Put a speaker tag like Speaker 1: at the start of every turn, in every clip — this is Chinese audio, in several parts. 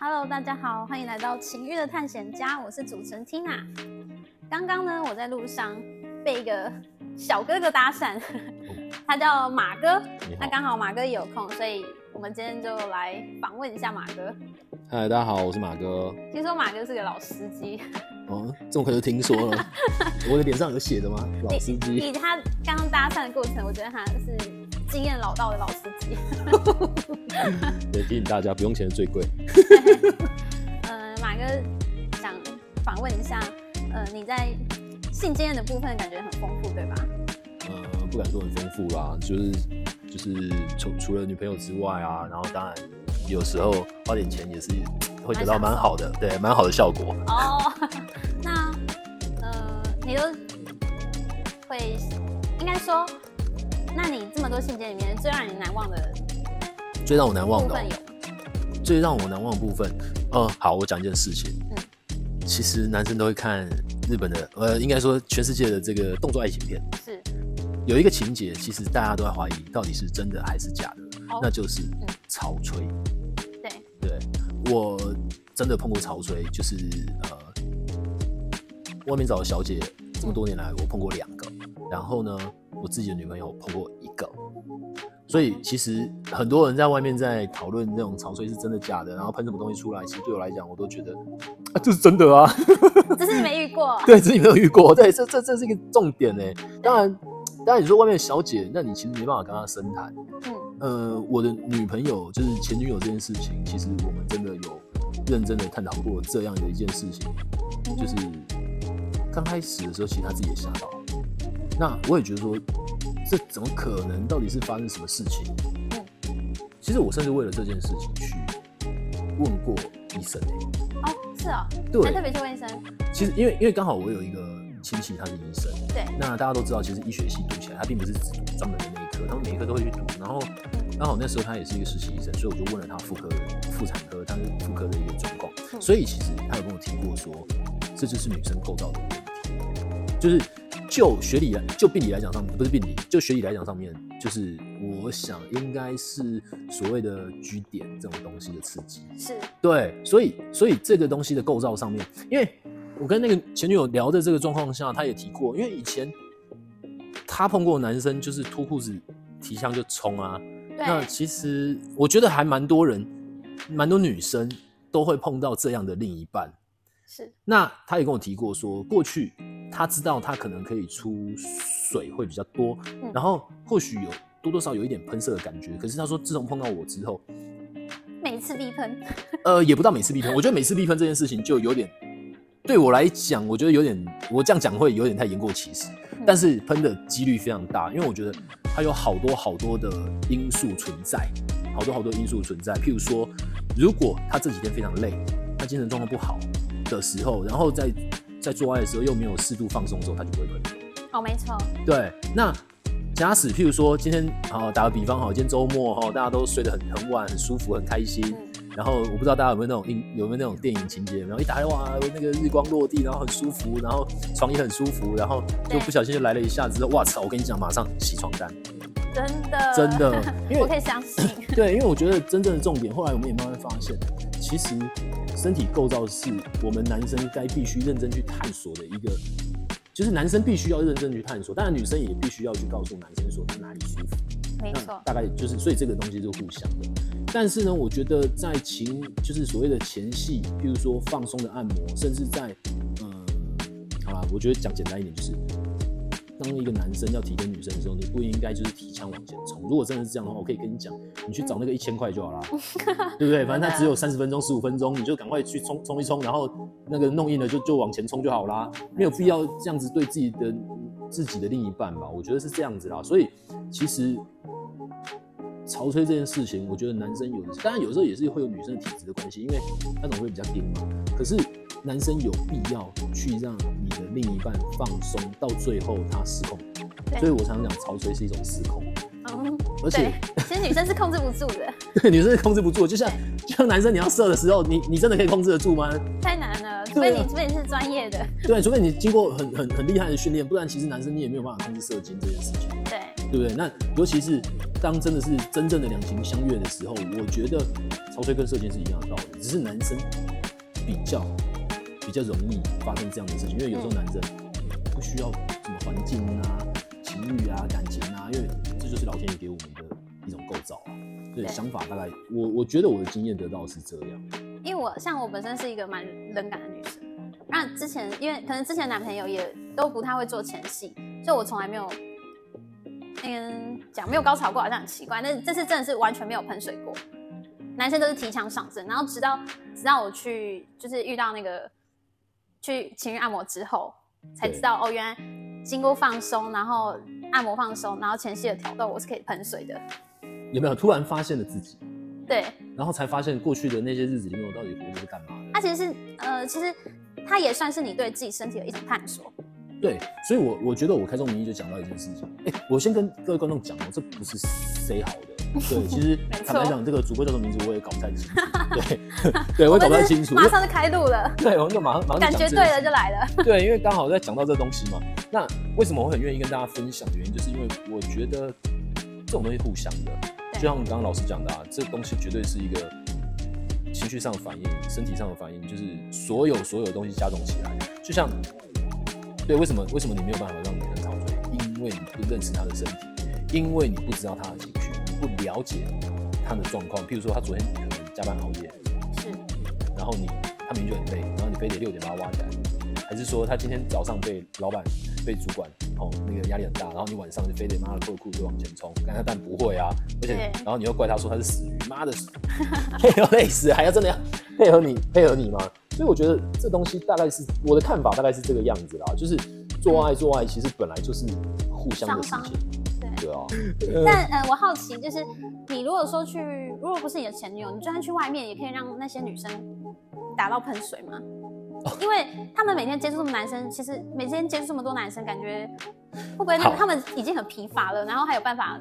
Speaker 1: Hello，大家好，欢迎来到情欲的探险家，我是主持人 Tina。刚刚呢，我在路上被一个小哥哥搭讪， 他叫马哥。
Speaker 2: 你
Speaker 1: 那
Speaker 2: 好，
Speaker 1: 刚好马哥也有空，所以我们今天就来访问一下马哥。
Speaker 2: 嗨，大家好，我是马哥。
Speaker 1: 听说马哥是个老司机，
Speaker 2: 哦，这么快就听说 了，我的脸上有写的吗？老司
Speaker 1: 以
Speaker 2: 机，
Speaker 1: 他刚刚搭讪的过程，我觉得他是经验老道的老司机。
Speaker 2: 对，提醒大家不用钱的最贵。
Speaker 1: 呃，马哥想访问一下，呃，你在性经验的部分感觉很丰富，对吧？
Speaker 2: 呃，不敢说很丰富啦，就是就是除除了女朋友之外啊，然后当然有时候花点钱也是会得到蛮好的，对，蛮好的效果。
Speaker 1: 哦， 那呃，你都会应该说，那你这么多信件里面，最让你难忘的
Speaker 2: 最让我难忘
Speaker 1: 部
Speaker 2: 的哦、
Speaker 1: 分有
Speaker 2: 最让我难忘的部分，呃，好，我讲一件事情。
Speaker 1: 嗯
Speaker 2: 其实男生都会看日本的，呃，应该说全世界的这个动作爱情片。
Speaker 1: 是
Speaker 2: 有一个情节，其实大家都在怀疑到底是真的还是假的，
Speaker 1: 哦
Speaker 2: 那就是
Speaker 1: 嗯
Speaker 2: 潮吹。
Speaker 1: 对，
Speaker 2: 对我真的碰过潮吹，就是呃，外面找的小姐，这么多年来我碰过两个，然后呢，我自己的女朋友碰过一个。所以其实很多人在外面在讨论那种潮吹是真的假的，然后喷什么东西出来，其实对我来讲，我都觉得啊，这是真的啊。
Speaker 1: 只是你没遇过，
Speaker 2: 对，自己没有遇过，对，这这这是一个重点呢。当然，当然你说外面的小姐，那你其实没办法跟她深谈。
Speaker 1: 嗯，
Speaker 2: 呃，我的女朋友就是前女友这件事情，其实我们真的有认真的探讨过这样的一件事情，
Speaker 1: 嗯
Speaker 2: 就是刚开始的时候，其实她自己也吓到。那我也觉得说，这怎么可能？到底是发生什么事情？其实我甚至为了这件事情去问过医生欸
Speaker 1: 哦，是哦，还
Speaker 2: 对
Speaker 1: 特，别去问医生，
Speaker 2: 其实因为因为刚好我有一个亲戚，他是医生。
Speaker 1: 对，
Speaker 2: 那大家都知道，其实医学系读起来，它并不是只读专门的那一科，他们每一科都会去读。然后刚好那时候他也是一个实习医生，所以我就问了他妇科、妇产科，他是妇科的一个状况。
Speaker 1: 嗯
Speaker 2: 所以其实他有跟我提过说，这就是女生构造的问题，就是就学理来就病理来讲上面，不是病理，就学理来讲上面，就是我想应该是所谓的 G 点这种东西的刺激。
Speaker 1: 是
Speaker 2: 对，所以所以这个东西的构造上面，因为我跟那个前女友聊的这个状况下，她也提过，因为以前她碰过的男生就是脱裤子提枪就冲啊，那
Speaker 1: 对，
Speaker 2: 其实我觉得还蛮多人，蛮多女生都会碰到这样的另一半。
Speaker 1: 是
Speaker 2: 那她也跟我提过说，过去她知道她可能可以出水会比较多，
Speaker 1: 嗯
Speaker 2: 然后或许有多多少有一点喷射的感觉，可是她说自从碰到我之后，
Speaker 1: 每次必喷，
Speaker 2: 呃，也不到每次必喷。我觉得每次必喷这件事情就有点，对我来讲，我觉得有点，我这样讲会有点太言过其实。但是喷的几率非常大，因为我觉得它有好多好多的因素存在，好多好多因素存在。譬如说，如果他这几天非常累，他精神状况不好的时候，然后在在做爱的时候又没有适度放松的时候，他就不会喷。
Speaker 1: 哦，没错，
Speaker 2: 对，那假使譬如说今天啊、打个比方哈，今天周末哈，大家都睡得很很晚，很舒服，很开心。
Speaker 1: 嗯
Speaker 2: 然后我不知道大家有没有那种印有没有那种电影情节，然后一打开哇，那个日光落地，然后很舒服，然后床也很舒服，然后就
Speaker 1: 对
Speaker 2: 不小心就来了一下之后，哇操！我跟你讲，马上洗床单，
Speaker 1: 真的，
Speaker 2: 真，的， 因
Speaker 1: 呃我
Speaker 2: 为
Speaker 1: 可以相信，
Speaker 2: 对，因为我觉得真正的重点，后来我们也慢慢发现，其实身体构造是我们男生该必须认真去探索的一个，就是男生必须要认真去探索，当然女生也必须要去告诉男生说他哪里舒服。
Speaker 1: 没
Speaker 2: 那
Speaker 1: 错，
Speaker 2: 大概就是，所以这个东西是互相的。但是呢，我觉得在情就是所谓的前戏，譬如说放松的按摩，甚至在嗯，好啦，我觉得讲简单一点就是。当一个男生要提跟女生的时候，你不应该就是提枪往前冲。如果真的是这样的话，我可以跟你讲，你去找那个一千块就好啦，
Speaker 1: 嗯
Speaker 2: 对不对？反正 他只有三十分钟、十五分钟，你就赶快去冲冲一冲，然后那个弄硬了就就往前冲就好啦，没有必要这样子对自己的自己的另一半吧。我觉得是这样子啦，所以其实潮吹这件事情，我觉得男生有的是，当然有时候也是会有女生的体质的关系，因为那种会比较硬嘛。可是男生有必要去让你的另一半放松，到最后他失控。
Speaker 1: 对
Speaker 2: 所以我常常讲，潮吹是一种失控，
Speaker 1: 嗯，
Speaker 2: 而且
Speaker 1: 对，其实女生是控制不住的，
Speaker 2: 女生是控制不住。就像就像男生你要射的时候，你你真的可以控制得住吗？
Speaker 1: 太难了，除非
Speaker 2: 对
Speaker 1: 你
Speaker 2: 啊
Speaker 1: 除非你是专业的，
Speaker 2: 对，除非你经过很很很厉害的训练，不然其实男生你也没有办法控制射精这件事情。
Speaker 1: 对。
Speaker 2: 对不对？那尤其是当真的是真正的两情相悦的时候，我觉得潮吹跟射箭是一样的道理，只是男生比较比较容易发生这样的事情，因为有时候男生不需要什么环境啊、情欲啊、感情啊，因为这就是老天爷给我们的一种构造啊。对，
Speaker 1: 对
Speaker 2: 想法大概我我觉得我的经验得到是这样，
Speaker 1: 因为我像我本身是一个蛮冷感的女生，那之前因为可能之前男朋友也都不太会做前戏，所以我从来没有，嗯，讲没有高潮过好像很奇怪，但是这次真的是完全没有喷水过，男生都是提枪上阵，然后直到直到我去就是遇到那个去情欲按摩之后，才知道哦，原来经过放松，然后按摩放松，然后前戏的挑逗，我是可以喷水的，
Speaker 2: 有没有突然发现了自己？
Speaker 1: 对，
Speaker 2: 然后才发现过去的那些日子里面，我到底活着是干嘛的？
Speaker 1: 它其实是呃，其实它也算是你对自己身体的一种探索。
Speaker 2: 对，所以我我觉得我开宗明义就讲到一件事情。哎、我先跟各位观众讲哦，这不是 say 好的。 对，其实
Speaker 1: 没错
Speaker 2: 坦白讲，这个主播叫什么名字我也搞不太清 楚。对，对我
Speaker 1: 我
Speaker 2: 也
Speaker 1: 们
Speaker 2: 搞不太
Speaker 1: 是
Speaker 2: 清楚。因
Speaker 1: 马
Speaker 2: 为
Speaker 1: 上就开录了，
Speaker 2: 对， 我就马上马上就
Speaker 1: 感
Speaker 2: 讲
Speaker 1: 觉
Speaker 2: 这
Speaker 1: 对
Speaker 2: 件
Speaker 1: 了
Speaker 2: 事
Speaker 1: 就来 了。
Speaker 2: 对，因为刚好在讲到这东西嘛。那为什么我很愿意跟大家分享的原因，就是因为我觉得这种东西互相的，
Speaker 1: 对
Speaker 2: 就像刚刚老师讲的啊，这东西绝对是一个情绪上的反应、身体上的反应，就是所有所有东西加总起来。就像，对，为什么为什么你没有办法让女生陶醉？因为你不认识她的身体，因为你不知道她的情绪，你不了解她的状况。譬如说，她昨天可能加班熬夜，
Speaker 1: 是，
Speaker 2: 然后你他明明就很累，然后你非得六点把他挖起来，还是说他今天早上被老板、被主管哦那个压力很大，然后你晚上就非得妈的脱裤子往前冲，但他但不会啊，而且
Speaker 1: 对
Speaker 2: 然后你又怪他说他是死鱼， 妈的配合累死，还要真的要配合你配合你 吗？所以我觉得这东西大概是我的看法大概是这个样子啦，就是做爱做爱其实本来就是互相的事
Speaker 1: 双方
Speaker 2: 情，
Speaker 1: 对
Speaker 2: 对 啊，
Speaker 1: 但呃，我好奇就是，你如果说去，如果不是你的前女友，你就算去外面，也可以让那些女生打到喷水吗？
Speaker 2: 哦
Speaker 1: 因为他们每天接触这么男生，其实每天接触这么多男生，感觉会不会那
Speaker 2: 好
Speaker 1: 他们已经很疲乏了，然后还有办法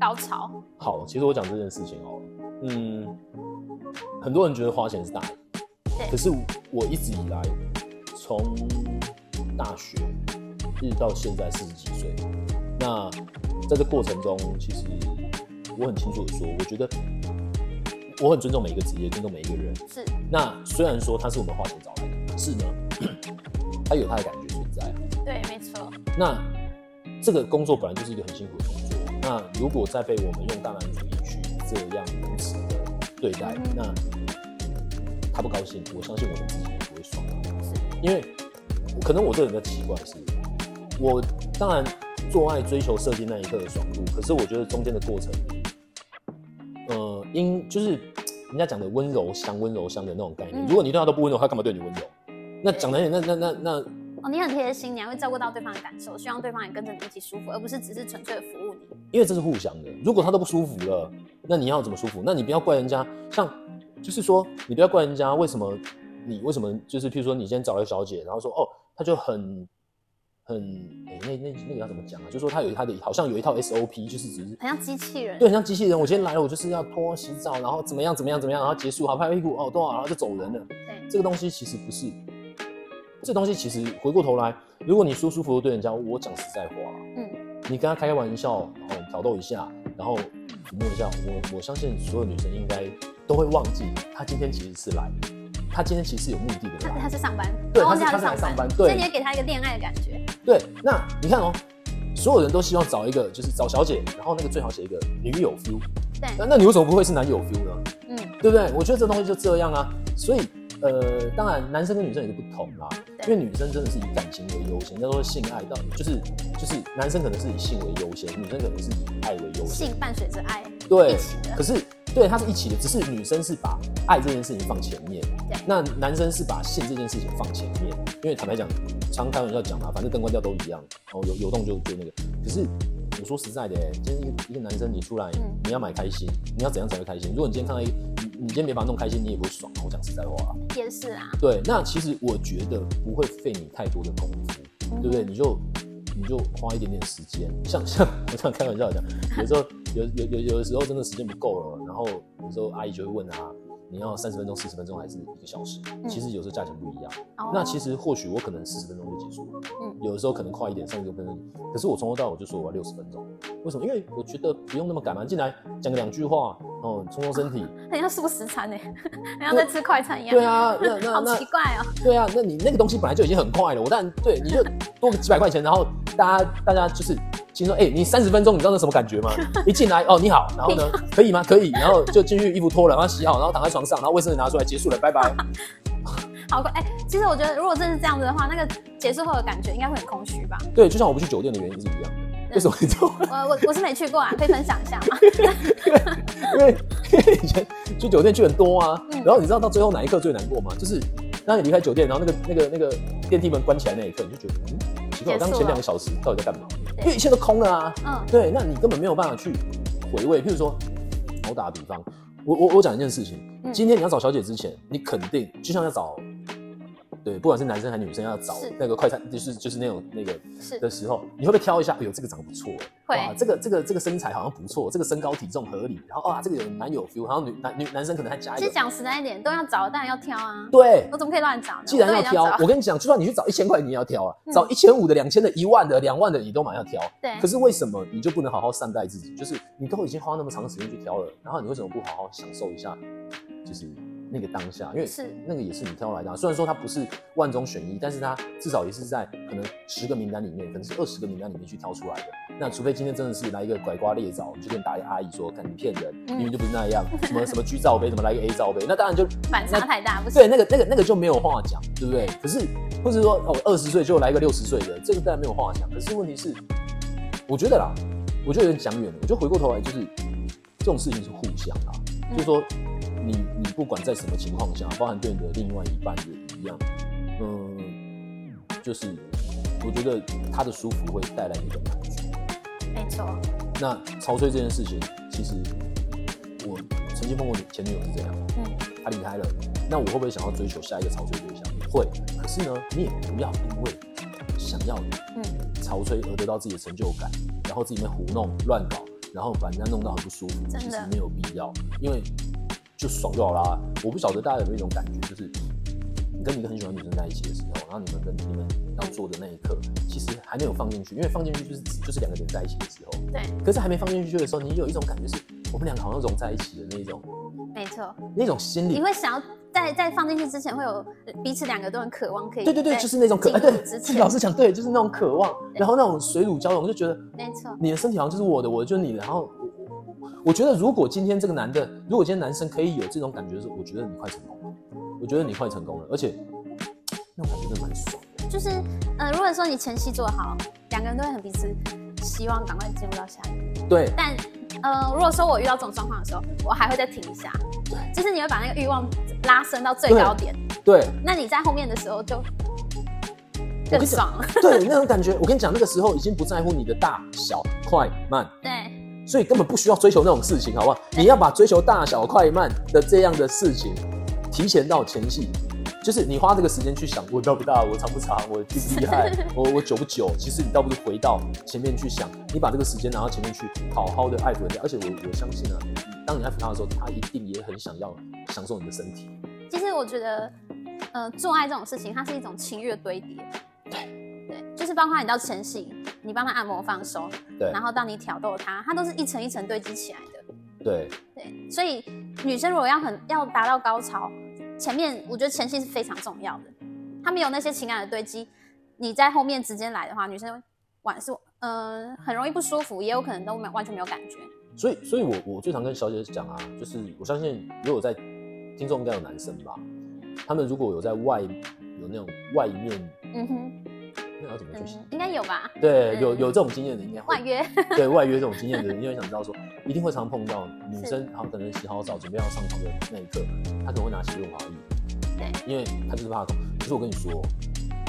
Speaker 1: 高潮？
Speaker 2: 好，其实我讲这件事情哦，嗯，很多人觉得花钱是大爷，
Speaker 1: 对
Speaker 2: 可是我一直以来，从大学一直到现在四十几岁，那在这过程中，其实我很清楚的说，我觉得我很尊重每一个职业，尊重每一个人。
Speaker 1: 是，
Speaker 2: 那虽然说他是我们花钱找来的，可是呢， 他有他的感觉存在啊。
Speaker 1: 对，没错，
Speaker 2: 那这个工作本来就是一个很辛苦的工作，那如果再被我们用大男子主义去这样如此的对待，
Speaker 1: 嗯
Speaker 2: 那他不高兴，我相信我们自己也不会爽啊。
Speaker 1: 是，
Speaker 2: 因为可能我这个人比较奇怪的是，我当然做爱追求射精那一刻的爽度，可是我觉得中间的过程，呃，因就是人家讲的温柔乡、温柔乡的那种概念，
Speaker 1: 嗯
Speaker 2: 如果你对他都不温柔，他干嘛对你温柔？那讲难听，那那那那
Speaker 1: 哦，你很贴心，你还会照顾到对方的感受，希望对方也跟着你一起舒服，而不是只是纯粹的服务你。
Speaker 2: 因为这是互相的。如果他都不舒服了，那你要怎么舒服？那你不要怪人家，像就是说，你不要怪人家为什么你为什么就是，譬如说你今天找了一个小姐，然后说哦，她就很很哎、那那那个要怎么讲啊？就说她有她的好像有一套 SOP，就是只是
Speaker 1: 很像机器人。
Speaker 2: 对，很像机器人。我今天来了，我就是要脱洗澡，然后怎么样怎么样怎么样，然后结束，好拍屁股哦，多好，然后就走人了。
Speaker 1: 对
Speaker 2: 这个东西其实不是，这东西其实回过头来，如果你舒舒服服对人家，我讲实在话啊，
Speaker 1: 嗯，
Speaker 2: 你跟他开开玩笑，哦，挑逗一下，然后抚摸一下，我我相信所有女生应该都会忘记，她今天其实是来，她今天其实是有目的的
Speaker 1: 他
Speaker 2: 来
Speaker 1: 他。是上班，
Speaker 2: 对
Speaker 1: 我忘记
Speaker 2: 他是
Speaker 1: 他是
Speaker 2: 他是来上班
Speaker 1: 所
Speaker 2: 对
Speaker 1: 以你也给他一个恋爱的感觉。
Speaker 2: 对，那你看哦，所有人都希望找一个就是找小姐，然后那个最好写一个女友 feel，那
Speaker 1: 对，
Speaker 2: 那你为什么不会是男友 feel 呢？
Speaker 1: 嗯，
Speaker 2: 对不对？我觉得这东西就这样啊。所以，呃，当然男生跟女生也是不同啦，因
Speaker 1: 对
Speaker 2: 为女生真的是以感情为优先，那都是性爱到就是就是男生可能是以性为优先，女生可能是以爱为优先。
Speaker 1: 性伴随着爱，
Speaker 2: 对
Speaker 1: 一起，的
Speaker 2: 可是对，它是一起的，只是女生是把爱这件事情放前面
Speaker 1: 对，
Speaker 2: 那男生是把性这件事情放前面。因为坦白讲，常开玩笑讲嘛，反正灯关掉都一样，哦，有有动就就那个。可是我说实在的、欸，今天一个一个男生你出来，
Speaker 1: 嗯
Speaker 2: 你要买开心，你要怎样才会开心？如果你今天看到一，你你今天没把它弄开心，你也不会爽。我讲实在话、啊，
Speaker 1: 也是啊，
Speaker 2: 对，那其实我觉得不会费你太多的功夫。
Speaker 1: 嗯
Speaker 2: 对不对？你就你就花一点点时间，像 像我这样开玩笑讲，有时候有有有有的时候真的时间不够了，然后有时候阿姨就会问啊，你要三十分钟、四十分钟还是一个小时，
Speaker 1: 嗯
Speaker 2: 其实有时候价钱不一样。
Speaker 1: 哦
Speaker 2: 那其实或许我可能四十分钟就结束了，
Speaker 1: 嗯
Speaker 2: 有的时候可能快一点，上一个分钟，可是我从头到尾就说我要六十分钟，为什么？因为我觉得不用那么赶嘛，进来讲个两句话，哦，充充身体。
Speaker 1: 很像素食 餐呢，欸很像在吃快餐一样。
Speaker 2: 对啊， 那那
Speaker 1: 好
Speaker 2: 那
Speaker 1: 奇怪哦。
Speaker 2: 对啊，那你那个东西本来就已经很快了，我当然对你就多个几百块钱，然后大家大家就是心说，哎、你三十分钟，你知道那什么 感觉吗？一进来哦，你好，然后呢，可以吗？可以，然后就进去，衣服脱了，然后洗好，然后躺在床上，然后卫生纸拿出来，结束了，拜 拜。
Speaker 1: 好怪哎、其实我觉得如果真是这样子的话，那个结束后的感觉应该会很空虚 吧。
Speaker 2: 对，就像我不去酒店的原因是一样的，为什么 你知道吗？
Speaker 1: 我我我是没去过啊，可以分享 一下吗？
Speaker 2: 因为因为以前去酒店去很多啊，
Speaker 1: 嗯
Speaker 2: 然后你知道到最后哪一刻最难过吗？就是当你离开酒店，然后那个那个那个电梯门关起来那一刻，你就觉得嗯，奇怪，我
Speaker 1: 结束
Speaker 2: 刚
Speaker 1: 了
Speaker 2: 前两个小时到底在干嘛？
Speaker 1: 对
Speaker 2: 因为一切都空了啊。
Speaker 1: 嗯
Speaker 2: 对，那你根本没有办法去回味。譬如说，我打个比方，我我我讲一件事情，
Speaker 1: 嗯
Speaker 2: 今天你要找小姐之前，你肯定就像要找，对，不管是男生还是女生要找
Speaker 1: 是
Speaker 2: 那个快餐，就是就是那种那个
Speaker 1: 是
Speaker 2: 的时候，你会不会挑一下？哎呦，这个长得不错，
Speaker 1: 会
Speaker 2: 哇，这个这个这个身材好像不错，这个身高体重合理，然后啊，这个有男有 feel，然后女男女男生可能还加一
Speaker 1: 其实
Speaker 2: 个，
Speaker 1: 讲实在一点，都要找，当然要挑啊。
Speaker 2: 对，
Speaker 1: 我怎么可以乱找呢？
Speaker 2: 既然
Speaker 1: 我都
Speaker 2: 要
Speaker 1: 已经
Speaker 2: 挑，
Speaker 1: 找
Speaker 2: 我跟你讲，就算你去找一千块，你也要挑啊，
Speaker 1: 嗯
Speaker 2: 找一千五的、两千的、一万的、两万的，你都马上挑。
Speaker 1: 对
Speaker 2: 可是为什么你就不能好好善待自己？就是你都已经花那么长时间去挑了，然后你为什么不好好享受一下，就是那个当下？因为
Speaker 1: 是
Speaker 2: 那个也是你挑来的、啊，虽然说它不是万中选一，但是它至少也是在可能十个名单里面，可能是二十个名单里面去挑出来的。那除非今天真的是来一个拐瓜裂枣，你就跟大阿姨说，看你骗人，
Speaker 1: 嗯
Speaker 2: 明明就不是那样，什么什么 G 罩杯，什么来一个 A 罩杯，那当然就
Speaker 1: 反差太大，不行。
Speaker 2: 对，那个那个那个就没有话讲，对不对？可是或者说哦，二十岁就来一个六十岁的，这个当然没有话讲。可是问题是，我觉得啦，我觉得有点讲远了。我觉得回过头来就是这种事情是互相啦，
Speaker 1: 嗯
Speaker 2: 就是说你你不管在什么情况下，包含对你的另外一半也一样，嗯，就是我觉得他的舒服会带来你的满足。
Speaker 1: 没错，
Speaker 2: 那潮吹这件事情，其实我曾经碰过前女友是这样，
Speaker 1: 嗯
Speaker 2: 她离开了，那我会不会想要追求下一个潮吹对象？会，可是呢，你也不要因为想要
Speaker 1: 嗯，
Speaker 2: 潮吹而得到自己的成就感，然后自己在胡弄乱搞，然后把人家弄到很不舒服，
Speaker 1: 真的
Speaker 2: 其实没有必要，因为就爽就好啦。我不晓得大家有没有一种感觉，就是你跟一个很喜欢的女生在一起的时候，然后你们跟你们要做的那一刻，其实还没有放进去，因为放进去就是就是两个人在一起的时候。
Speaker 1: 对，
Speaker 2: 可是还没放进去的时候，你有一种感觉是，我们两个好像融在一起的那一种
Speaker 1: 没错，
Speaker 2: 那种心
Speaker 1: 你
Speaker 2: 理。
Speaker 1: 会想要在在放进去之前，会有彼此两个都很渴望可以
Speaker 2: 对对对，
Speaker 1: 在
Speaker 2: 就是那种渴，哎，
Speaker 1: 进入
Speaker 2: 对
Speaker 1: 之，
Speaker 2: 是
Speaker 1: 前嗯
Speaker 2: 老实讲，对，就是那种渴望，然后那种水乳交融，就觉得
Speaker 1: 没错，
Speaker 2: 你的身体好像就是我的，我的就是你的。然后我我我觉得，如果今天这个男的，如果今天男生可以有这种感觉的时候，我觉得你快成功了，我觉得你快成功了，而且那种感觉真的蛮爽的。
Speaker 1: 就是呃，如果说你前期做好，两个人都会很彼此希望赶快进入到下一个。
Speaker 2: 对，
Speaker 1: 但呃，如果说我遇到这种状况的时候，我还会再停一下，就是你会把那个欲望拉升到最
Speaker 2: 对
Speaker 1: 高点，
Speaker 2: 对，
Speaker 1: 那你在后面的时候就更
Speaker 2: 跟你讲
Speaker 1: 爽了。
Speaker 2: 对，那种感觉，我跟你讲，那个时候已经不在乎你的大小快慢，
Speaker 1: 对，
Speaker 2: 所以根本不需要追求那种事情，好不好？你要把追求大小快慢的这样的事情提前到前戏，就是你花这个时间去想我大不大，我长不长，我厉不厉害，我我久不 久。其实你倒不如回到前面去想，你把这个时间拿到前面去，好好的爱抚人家。而且我我相信啊，当你爱抚他的时候，他一定也很想要享受你的身体。
Speaker 1: 其实我觉得，呃，做爱这种事情，它是一种情欲的堆叠。对，对，就是包括你到前戏，你帮他按摩放松，
Speaker 2: 对
Speaker 1: 然后到你挑逗他，它都是一层一层堆积起来的。
Speaker 2: 对
Speaker 1: 对，所以女生如果要很要达到高潮，前面我觉得前戏是非常重要的，她没有那些情感的堆积，你在后面直接来的话，女生晚是嗯、呃很容易不舒服，也有可能都没有完全没有感觉。
Speaker 2: 所以，所以我我最常跟小姐讲啊，就是我相信，如果在听众应该有男生吧，他们如果有在外有那种外面，
Speaker 1: 嗯哼，
Speaker 2: 那要怎么去形容
Speaker 1: 嗯，应该有吧？
Speaker 2: 对，有
Speaker 1: 嗯
Speaker 2: 有这种经验的应该
Speaker 1: 外
Speaker 2: 会，
Speaker 1: 约，
Speaker 2: 对外约这种经验的人，因为想知道说，一定会常碰到女生，好可能洗好澡准备要上床的那一刻，她可能会拿起润滑液，
Speaker 1: 对，
Speaker 2: 因为她就是怕痛。可是我跟你说，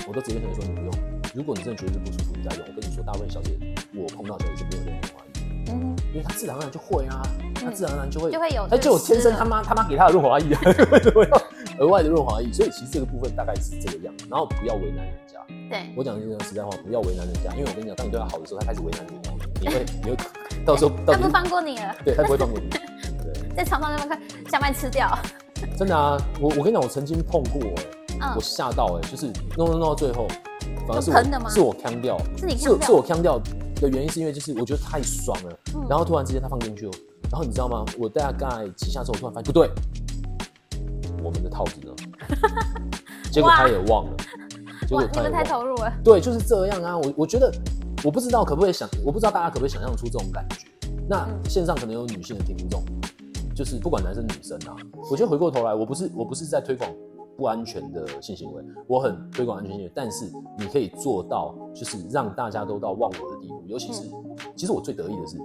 Speaker 2: 我都直接跟你说你不用，如果你真的觉得不舒服，你再用。我跟你说，大部分小姐我碰到小姐是没有用润滑液，
Speaker 1: 嗯
Speaker 2: 因为她自然而然就会啊，她自然而然就会
Speaker 1: 哼， 就会有。
Speaker 2: 哎，就我
Speaker 1: 是
Speaker 2: 天生
Speaker 1: 了
Speaker 2: 他妈他妈给他的润滑液啊，为什么要额外的润滑液？所以其实这个部分大概是这个样子，然后不要为难人家。
Speaker 1: 对
Speaker 2: 我讲一句实在话，不要为难人家，因为我跟你讲，当你对他好的时候，他开始为难你哦，你会你会到时候到
Speaker 1: 他
Speaker 2: 时
Speaker 1: 不
Speaker 2: 候
Speaker 1: 放过你了，
Speaker 2: 对他不会放过你。对
Speaker 1: 在床上那么快想把你吃掉，
Speaker 2: 真的啊，我我跟你讲，我曾经碰过哎、
Speaker 1: 嗯
Speaker 2: 我，吓到哎、就是弄弄弄到最后，反而是
Speaker 1: 就喷的吗
Speaker 2: 我是我腔掉，
Speaker 1: 是你
Speaker 2: 是
Speaker 1: 看
Speaker 2: 我
Speaker 1: 不
Speaker 2: 是我
Speaker 1: 了，
Speaker 2: 腔掉的原因是因为就是我觉得太爽了，
Speaker 1: 嗯
Speaker 2: 然后突然之间它放进去，哦然后你知道吗？我大概几下之后，我突然发现不对，我们的套 子呢？结果他也忘了，结
Speaker 1: 哇，
Speaker 2: 果
Speaker 1: 你
Speaker 2: 他也
Speaker 1: 们
Speaker 2: 忘
Speaker 1: 太
Speaker 2: 了。
Speaker 1: 投入了，
Speaker 2: 对，就是这样啊。我我觉得，我不知道可不可以想，我不知道大家可不可以想象出这种感觉。那
Speaker 1: 嗯
Speaker 2: 线上可能有女性的听众，就是不管男生女生啊，我觉得回过头来，我不是我不是在推广不安全的性行为，我很推广安全性行为，但是你可以做到，就是让大家都到忘我的地步。尤其是，其实我最得意的是，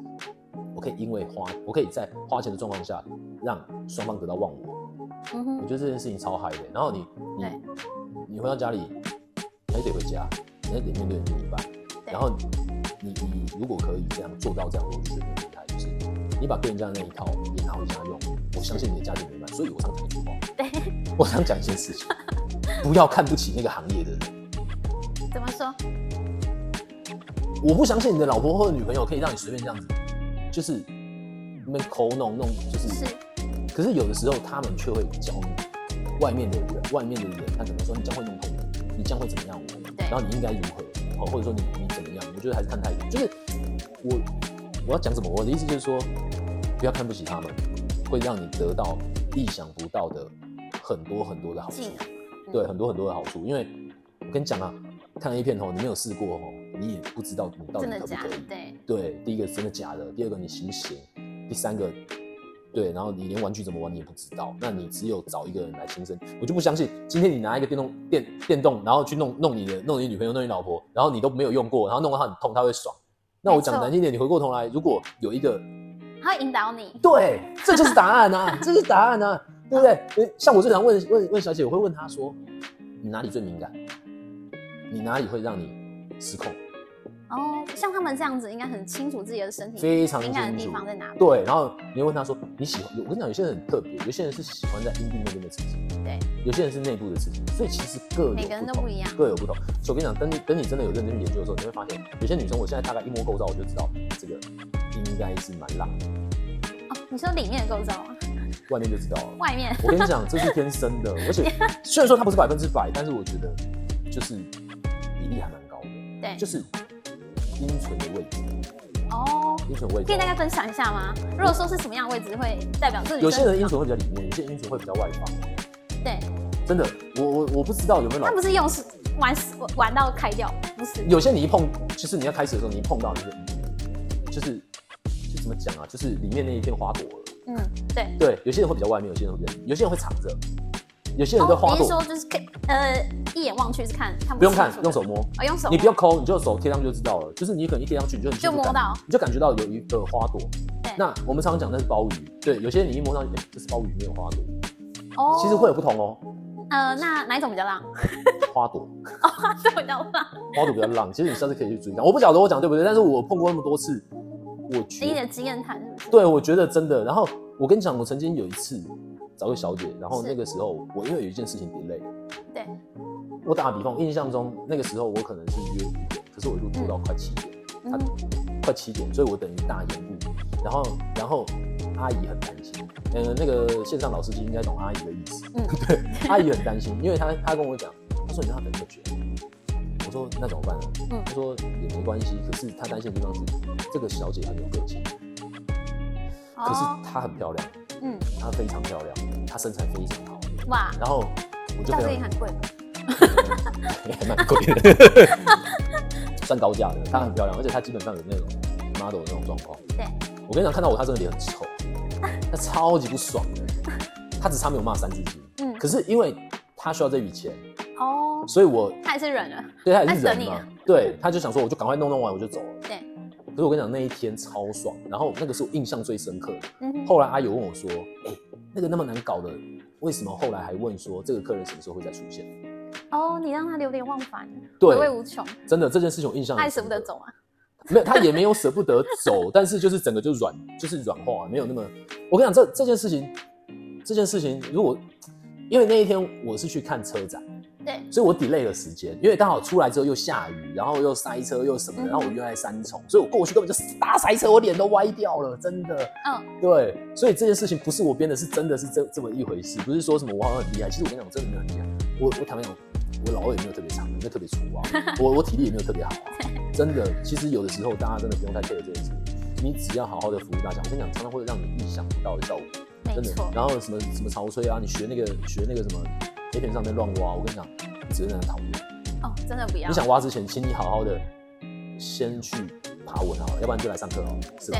Speaker 2: 我可以因为花，我可以在花钱的状况下，让双方得到忘我。
Speaker 1: 嗯
Speaker 2: 我
Speaker 1: 哼，
Speaker 2: 觉得这件事情超嗨的。然后你你
Speaker 1: 对
Speaker 2: 你回到家里，还是得回家，你还得面对你的另一半。
Speaker 1: 对
Speaker 2: 然后你你如果可以这样做到这样，我觉得很厉害。就是你把别人家的那一套也拿回家用，我相信你的家庭美满。所以我常讲一句话，
Speaker 1: 对，
Speaker 2: 我常讲一件事情， 不要看不起那个行业的人。
Speaker 1: 怎么说？
Speaker 2: 我不相信你的老婆或者女朋友可以让你随便这样子，就是你们口弄弄，就是
Speaker 1: 是，
Speaker 2: 可是有的时候他们却会教你外面的人，外面的人他可能说你将会弄痛我，你将会怎么样我，
Speaker 1: 对
Speaker 2: 然后你应该如何，哦，或者说你你怎么样，我觉得还是看态度。就是我我要讲什么，我的意思就是说，不要看不起他们，会让你得到意想不到的很多很多的好处
Speaker 1: 技，能
Speaker 2: 对，很多很多的好处。因为我跟你讲啊，看 A 片哦，你没有试过哦，你也不知道你到底
Speaker 1: 真的
Speaker 2: 可不
Speaker 1: 假
Speaker 2: 可
Speaker 1: 的
Speaker 2: 以？。
Speaker 1: 对，
Speaker 2: 对，第一个真的假的，第二个你行不行，第三个，对，然后你连玩具怎么玩你也不知道，那你只有找一个人来亲身，我就不相信，今天你拿一个电动电电动，然后去弄弄你的弄你女朋友弄你老婆，然后你都没有用过，然后弄到她很痛，她会爽。那我
Speaker 1: 没错
Speaker 2: 讲难听点，你回过头来，如果有一个
Speaker 1: 他会引导你，
Speaker 2: 对，这就是答案啊，这就是答案啊，对不对？呃像我最常问问问小姐，我会问她说，你哪里最敏感？你哪里会让你失控？
Speaker 1: 哦，像他们这样子，应该很清楚自己的身体
Speaker 2: 非常
Speaker 1: 敏感的
Speaker 2: 清
Speaker 1: 地
Speaker 2: 楚
Speaker 1: 方在哪里。
Speaker 2: 对，然后你会问他说你喜欢，有我跟你讲，有些人很特别，有些人是喜欢在阴蒂那边的刺激，
Speaker 1: 对，
Speaker 2: 有些人是内部的刺激，所以其实各有
Speaker 1: 每个人
Speaker 2: 不
Speaker 1: 都
Speaker 2: 同
Speaker 1: 不一样
Speaker 2: 各有不同。所以我跟你讲，等你等你真的有认真去研究的时候，你会发现有些女生，我现在大概一摸构造，我就知道这个应该是蛮浪的，
Speaker 1: 哦，你说里面的构造吗？
Speaker 2: 外面就知道了。
Speaker 1: 外面
Speaker 2: 我跟你讲，这是天生的， 而且虽然说它不是百分之百，但是我觉得就是比例还蛮高的，
Speaker 1: 对，
Speaker 2: 就是阴唇的位置，
Speaker 1: 哦，
Speaker 2: 阴唇的位置
Speaker 1: 可以大概分享一下吗？如果说是什么样的位置会代表这女
Speaker 2: 有些
Speaker 1: 生？
Speaker 2: 人阴唇会比较里面，有些人阴唇会比较外放。
Speaker 1: 对，
Speaker 2: 真的，我我我不知道有没有
Speaker 1: 他
Speaker 2: 老
Speaker 1: 不是用是玩玩到开掉，不是
Speaker 2: 有些你一碰，就是你要开始的时候，你一碰到你就，就是就怎么讲啊，就是里面那一片花朵了。
Speaker 1: 嗯，对。
Speaker 2: 对，有些人会比较外面，有些人会比较，有些人会藏着，有些人的
Speaker 1: 哦，
Speaker 2: 花
Speaker 1: 你
Speaker 2: 朵、
Speaker 1: 是说就是可以呃一眼望去是看看
Speaker 2: 不用看
Speaker 1: 清，楚的
Speaker 2: 用手，摸，
Speaker 1: 哦用手摸，
Speaker 2: 你不要抠，你就手贴上去就知道了。就是你可能一贴上去，你就很
Speaker 1: 就摸
Speaker 2: 感
Speaker 1: 到，
Speaker 2: 你就感觉到有一个花朵
Speaker 1: 对。
Speaker 2: 那我们常常讲那是鲍鱼，对，有些人你一摸上去，哎这是鲍鱼没有花朵，
Speaker 1: 哦
Speaker 2: 其实会有不同哦。
Speaker 1: 呃那哪一种比较浪？
Speaker 2: 花朵，
Speaker 1: 这种比较浪，
Speaker 2: 花朵比较浪，其实你下次可以去注意看。我不晓得我讲对不对，但是我碰过那么多次，我觉
Speaker 1: 你
Speaker 2: 得
Speaker 1: 的经验谈是不是？
Speaker 2: 对，我觉得真的。然后我跟你讲，我曾经有一次找个小姐，然后
Speaker 1: 是
Speaker 2: 那个时候我因为有一件事情 delay，
Speaker 1: 对，
Speaker 2: 我打个比方，印象中那个时候我可能是约五点，可是我一路拖到快七点，
Speaker 1: 嗯
Speaker 2: 快七点，所以我等于大延误。然后，然后阿姨很担心，呃，那个线上老司机应该懂阿姨的意思，
Speaker 1: 嗯，
Speaker 2: 阿姨很担心，因为她她跟我讲，她说你让她等那么久，我说那怎么办呢？
Speaker 1: 嗯
Speaker 2: 她说也没关系，可是她担心的地方是这个小姐很有个性，啊可是
Speaker 1: 哦
Speaker 2: 她很漂亮。
Speaker 1: 嗯
Speaker 2: 她非常漂亮，她身材非常好，
Speaker 1: 哇，
Speaker 2: 然后我就
Speaker 1: 价格
Speaker 2: 非
Speaker 1: 也
Speaker 2: 常
Speaker 1: 很贵吧？
Speaker 2: 也还 蛮贵的，算高价的。她很漂亮，而且她基本上有那种 model 的那种状况。
Speaker 1: 对，
Speaker 2: 我跟你讲，看到我她真的脸很臭，她超级不爽的，她只差没有骂三字经。
Speaker 1: 嗯
Speaker 2: 可是因为她需要这笔钱，
Speaker 1: 哦，
Speaker 2: 所以我
Speaker 1: 他也是忍了，
Speaker 2: 对她也
Speaker 1: 她
Speaker 2: 是
Speaker 1: 等
Speaker 2: 人
Speaker 1: 你
Speaker 2: 嘛
Speaker 1: 啊，
Speaker 2: 对，她就想说我就赶快弄弄完我就走了。
Speaker 1: 对，
Speaker 2: 可是我跟你讲那一天超爽，然后那个是我印象最深刻的。
Speaker 1: 嗯哼，
Speaker 2: 后来阿友问我说：“哎、那个那么难搞的，为什么后来还问说这个客人什么时候会再出现
Speaker 1: 哦，你让他流连忘返，
Speaker 2: 对嗯
Speaker 1: 回味无穷，？”
Speaker 2: 真的这件事情我印象
Speaker 1: 他
Speaker 2: 很
Speaker 1: 也舍
Speaker 2: 深
Speaker 1: 不
Speaker 2: 刻
Speaker 1: 得，走啊。
Speaker 2: 没有他也没有舍不得走，但是就是整个就软，就是软化，没有那么。我跟你讲，这这件事情，这件事情如果因为那一天我是去看车展，
Speaker 1: 对，
Speaker 2: 所以我 delay 了时间，因为刚好出来之后又下雨，然后又塞车又什么的，
Speaker 1: 嗯
Speaker 2: 然后我又在三重，所以我过去根本就大塞车，我脸都歪掉了，真的。
Speaker 1: 嗯，
Speaker 2: 对，所以这件事情不是我编的，是真的是这这么一回事，不是说什么我好像很厉害，其实我跟你讲，我真的没有很厉害。我我坦白讲，我老二也没有特别长，也没有特别粗 啊，我我体力也没有特别好啊、真的。其实有的时候大家真的不用太 care 这件事，你只要好好的服务大家，我跟你讲，常常会让你意想不到的效果。
Speaker 1: 没
Speaker 2: 真的
Speaker 1: 错。，
Speaker 2: 然后什么什么潮吹啊，你学那个学那个什么 A 片上面乱挖，我跟你讲，你只会让人讨厌。
Speaker 1: 哦，真的不要
Speaker 2: 你。想挖之前，请你好好的先去爬文好了，要不然就来上课哦，是吧？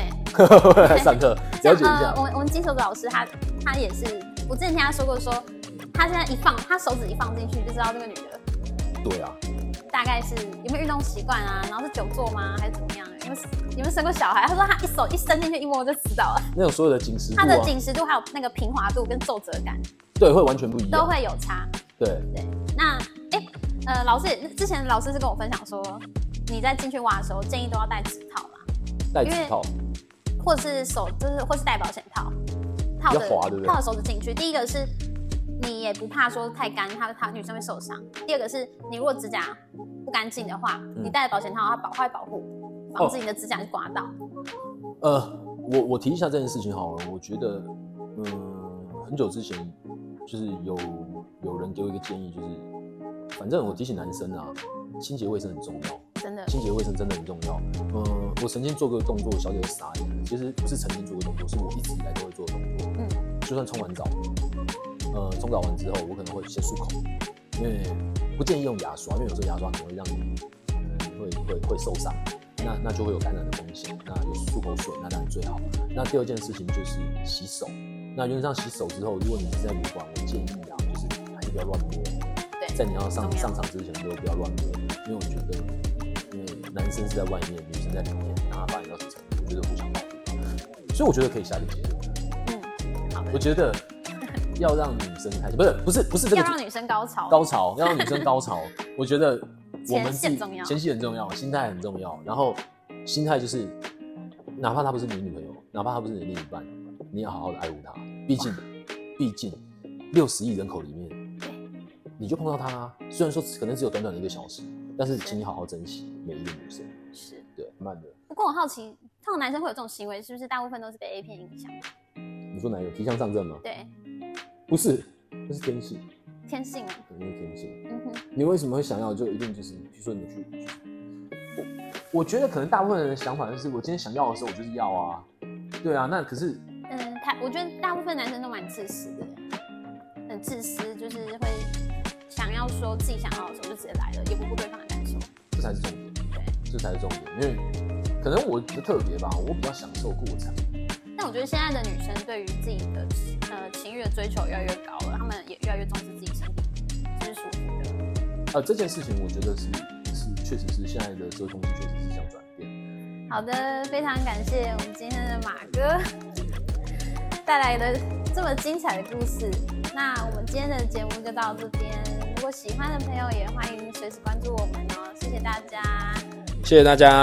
Speaker 1: 对，
Speaker 2: 来上 课了
Speaker 1: 像
Speaker 2: 解一下
Speaker 1: 呃，。我我们基础老师他他也是，我之前听他说过说，他现在一放他手指一放进去就知道这个女的
Speaker 2: 对啊，
Speaker 1: 大概是有没有运动习惯啊，然后是久坐吗，还是怎么样？有没有有没有生过小孩？他说他一手一伸进去一摸就知道了，
Speaker 2: 那种所有的紧实度
Speaker 1: 他的
Speaker 2: 啊，
Speaker 1: 紧实度还有那个平滑度跟皱褶感
Speaker 2: 对，会完全不一
Speaker 1: 都
Speaker 2: 样。
Speaker 1: 会有差。
Speaker 2: 对，
Speaker 1: 对，那哎、诶呃，老师也之前老师是跟我分享说，你在进去挖的时候建议都要戴指套啦，
Speaker 2: 戴指套，
Speaker 1: 或是手就是或是戴保险套，套
Speaker 2: 比
Speaker 1: 着
Speaker 2: 较滑对不对
Speaker 1: 套着手指进去。第一个是你也不怕说太干，怕怕女生会受伤。第二个是你如果指甲不干净的话，
Speaker 2: 嗯
Speaker 1: 你戴保险套它保它会保护，防止你的指甲去刮到。
Speaker 2: 呃，我我提一下这件事情好了，我觉得，嗯，很久之前就是有有人给我一个建议，就是反正我提醒男生啊，清洁卫生很重要。
Speaker 1: 真的，
Speaker 2: 清洁卫生真的很重要。呃，我曾经做过个动作，小姐都傻眼了。其实不是曾经做过动作，是我一直以来都会做的动作。
Speaker 1: 嗯，
Speaker 2: 就算冲完澡，呃，冲澡完之后，我可能会先漱口，因为不建议用牙刷，因为有时候牙刷可能会让你，呃，会会会受伤，那那就会有感染的风险。那有漱口水，那当然最好。那第二件事情就是洗手。那原则上洗手之后，如果你是在旅馆，我建议啊，就是还是不要乱摸。
Speaker 1: 对，
Speaker 2: 在你要上
Speaker 1: 重要
Speaker 2: 上场之前就不要乱摸，因为我觉得，因为男生是在外面，女生在里面，那他把你到什么程度，我觉得互相保护。所以我觉得可以下一个结论，
Speaker 1: 嗯，好的
Speaker 2: 我，觉得要让女生开心，不是不是不是这个
Speaker 1: 要让女生高潮。
Speaker 2: 高潮，要让女生高潮， 我觉得我
Speaker 1: 前
Speaker 2: 们
Speaker 1: 戏
Speaker 2: 是
Speaker 1: 很重要
Speaker 2: 前戏很重要，心态很重要，然后心态就是，哪怕她不是你女朋友，哪怕她不是你的另一半，你要好好的爱护她，毕竟毕竟六十亿人口里面。你就碰到她，啊虽然说可能只有短短的一个小时，但是请你好好珍惜每一个女生。
Speaker 1: 是，
Speaker 2: 对，慢的，
Speaker 1: 不过我好奇，通常男生会有这种行为，是不是大部分都是被 A 片影响？
Speaker 2: 你说哪有提枪上阵吗？
Speaker 1: 对，
Speaker 2: 不是，那是天性，
Speaker 1: 天性啊，
Speaker 2: 那是天性。
Speaker 1: 嗯哼，
Speaker 2: 你为什么会想要？就一定就是，比如说你去，我我觉得可能大部分人的想法就是，我今天想要的时候我就是要啊，对啊。那可是
Speaker 1: 嗯，他我觉得大部分男生都蛮自私的，很自私，就是会想要说自己想要的时候就直接来了，也不顾对方的感受。
Speaker 2: 这才是重点，
Speaker 1: 对，
Speaker 2: 这才是重点，因为可能我的特别吧，我比较享受过程。
Speaker 1: 但我觉得现在的女生对于自己的呃情欲的追求越来越高了，她们也越来越重视自己身体是舒服的。
Speaker 2: 呃，这件事情我觉得是是确实是现在的这个东西确实是这样转变。
Speaker 1: 好的，非常感谢我们今天的马哥带来的这么精彩的故事。那我们今天的节目就到这边，如果喜欢的朋友也欢迎随时关注我们哦，谢谢大家。
Speaker 2: 谢谢大家。